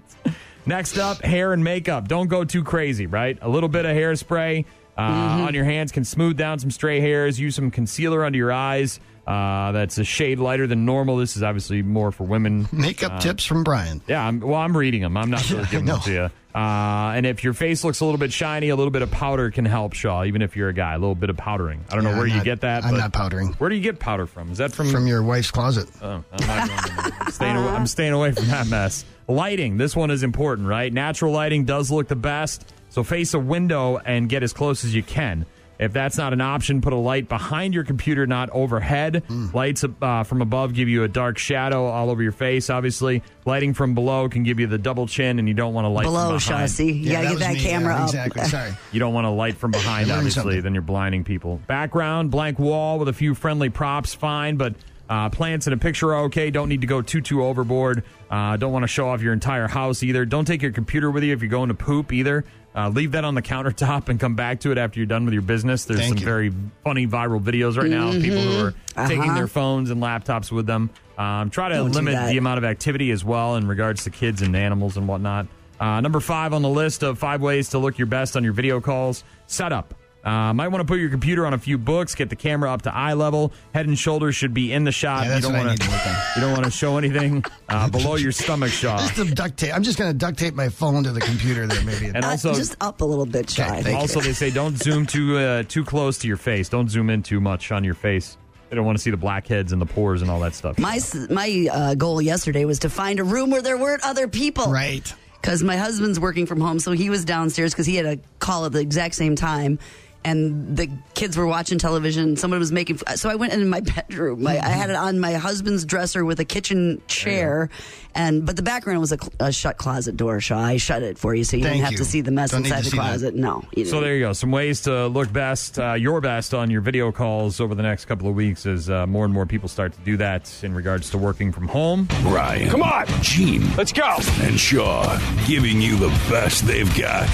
S4: Next up, hair and makeup. Don't go too crazy, right? A little bit of hairspray uh,
S5: Mm-hmm.
S4: on your hands can smooth down some stray hairs. Use some concealer under your eyes. Uh, that's a shade lighter than normal. This is obviously more for women.
S5: Makeup tips from Brian.
S4: Yeah, I'm, well, I'm reading them. I'm not really
S5: Yeah, I
S4: giving them
S5: know.
S4: to you. Uh, and if your face looks a little bit shiny, a little bit of powder can help, Shaw. Even if you're a guy, a little bit of powdering. I don't
S5: Yeah,
S4: know where
S5: I'm
S4: you
S5: not-
S4: get that.
S5: I'm
S4: but-
S5: not powdering.
S4: Where do you get powder from? Is that from
S5: From your wife's closet.
S6: Uh,
S4: Oh, I'm, not going to- I'm staying away, I'm staying away from that mess. Lighting. This one is important, right? Natural lighting does look the best. So face a window and get as close as you can. If that's not an option, put a light behind your computer, not overhead.
S6: Hmm.
S4: Lights uh, from above give you a dark shadow all over your face, obviously. Lighting from below can give you the double chin, and you don't want to light
S6: Below,
S4: from behind.
S6: Shaughnessy. You
S5: Yeah,
S6: gotta get
S5: was
S6: that
S5: me.
S6: camera
S5: Yeah,
S6: up.
S5: Exactly. Sorry.
S4: You don't want to light from behind,
S5: Learn
S4: obviously.
S5: something.
S4: Then you're blinding people. Background, blank wall with a few friendly props, fine. But uh, plants in a picture are okay. Don't need to go too too overboard. Uh, don't want to show off your entire house either. Don't take your computer with you if you're going to poop either. Uh, leave that on the countertop and come back to it after you're done with your business. There's
S5: Thank
S4: some
S5: you. Mm-hmm.
S4: very funny viral videos right now of people who are taking
S6: Uh-huh.
S4: their phones and laptops with them. Um, try to
S6: Don't do
S4: limit
S6: that.
S4: the amount of activity as well in regards to kids and animals and whatnot. Uh, number five on the list of five ways to look your best on your video calls setup. Uh, might want to put your computer on a few books, get the camera up to eye level. Head and shoulders should be in the shot.
S5: Yeah, that's
S4: you
S5: what
S4: don't
S5: I
S4: want
S5: need to work on.
S4: You don't want to show anything uh, below your stomach shot.
S5: Just the duct tape. I'm just going to duct tape my phone to the computer there, maybe.
S4: And
S6: Uh,
S4: also,
S6: just up a little bit, Shaw.
S5: Okay,
S6: I
S5: thank
S6: think.
S4: also they say don't zoom too uh, too close to your face. Don't zoom in too much on your face. They don't want to see the blackheads and the pores and all that stuff.
S6: My s- my uh, goal yesterday was to find a room where there weren't other people.
S5: right.
S6: Because my husband's working from home, so he was downstairs because he had a call at the exact same time, and the kids were watching television. Someone was making. So I went into my bedroom. My, I had it on my husband's dresser with a kitchen chair, and but the background was a, cl- a shut closet door. Shaw, I shut it for you, so you
S5: Thank
S6: didn't have
S5: you.
S6: to see the mess
S5: Don't need
S6: inside
S5: to
S6: the
S5: see that.
S6: closet. No. you
S4: So
S6: didn't.
S4: there you go. Some ways to look best, uh, your best on your video calls over the next couple of weeks as uh, more and more people start to do that in regards to working from home.
S2: Ryan. Come on. Gene. Let's go. And Shaw giving you the best they've got.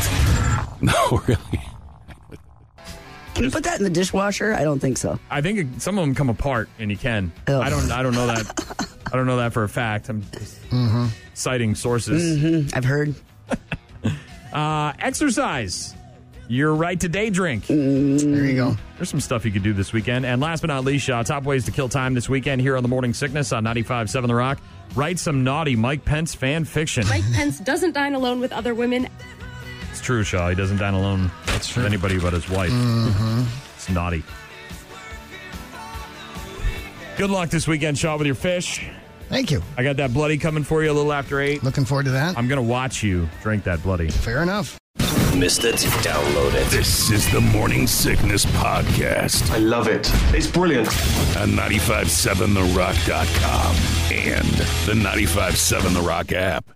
S2: No, really.
S6: Can you put that in the dishwasher? I don't think so.
S4: I think some of them come apart, and you can.
S6: Ugh.
S4: I don't. I don't know that. I don't know that for a fact. I'm just citing sources.
S6: I've heard.
S4: Uh, exercise. your right to day drink.
S5: There you go.
S4: There's some stuff you could do this weekend. And last but not least, uh, top ways to kill time this weekend here on The Morning Sickness on 95.7 The Rock. Write some naughty Mike Pence fan fiction.
S11: Mike Pence doesn't dine alone with other women.
S4: It's true, Shaw. He doesn't dine alone with anybody but his wife. It's naughty. Good luck this weekend, Shaw, with your fish.
S5: Thank you.
S4: I got that bloody coming for you a little after eight.
S5: Looking forward to that.
S4: I'm going to watch you drink that bloody.
S5: Fair enough.
S2: Missed it? Download it. This is the Morning Sickness Podcast.
S3: I love it. It's brilliant.
S2: On 957therock.com and the 957 The Rock app.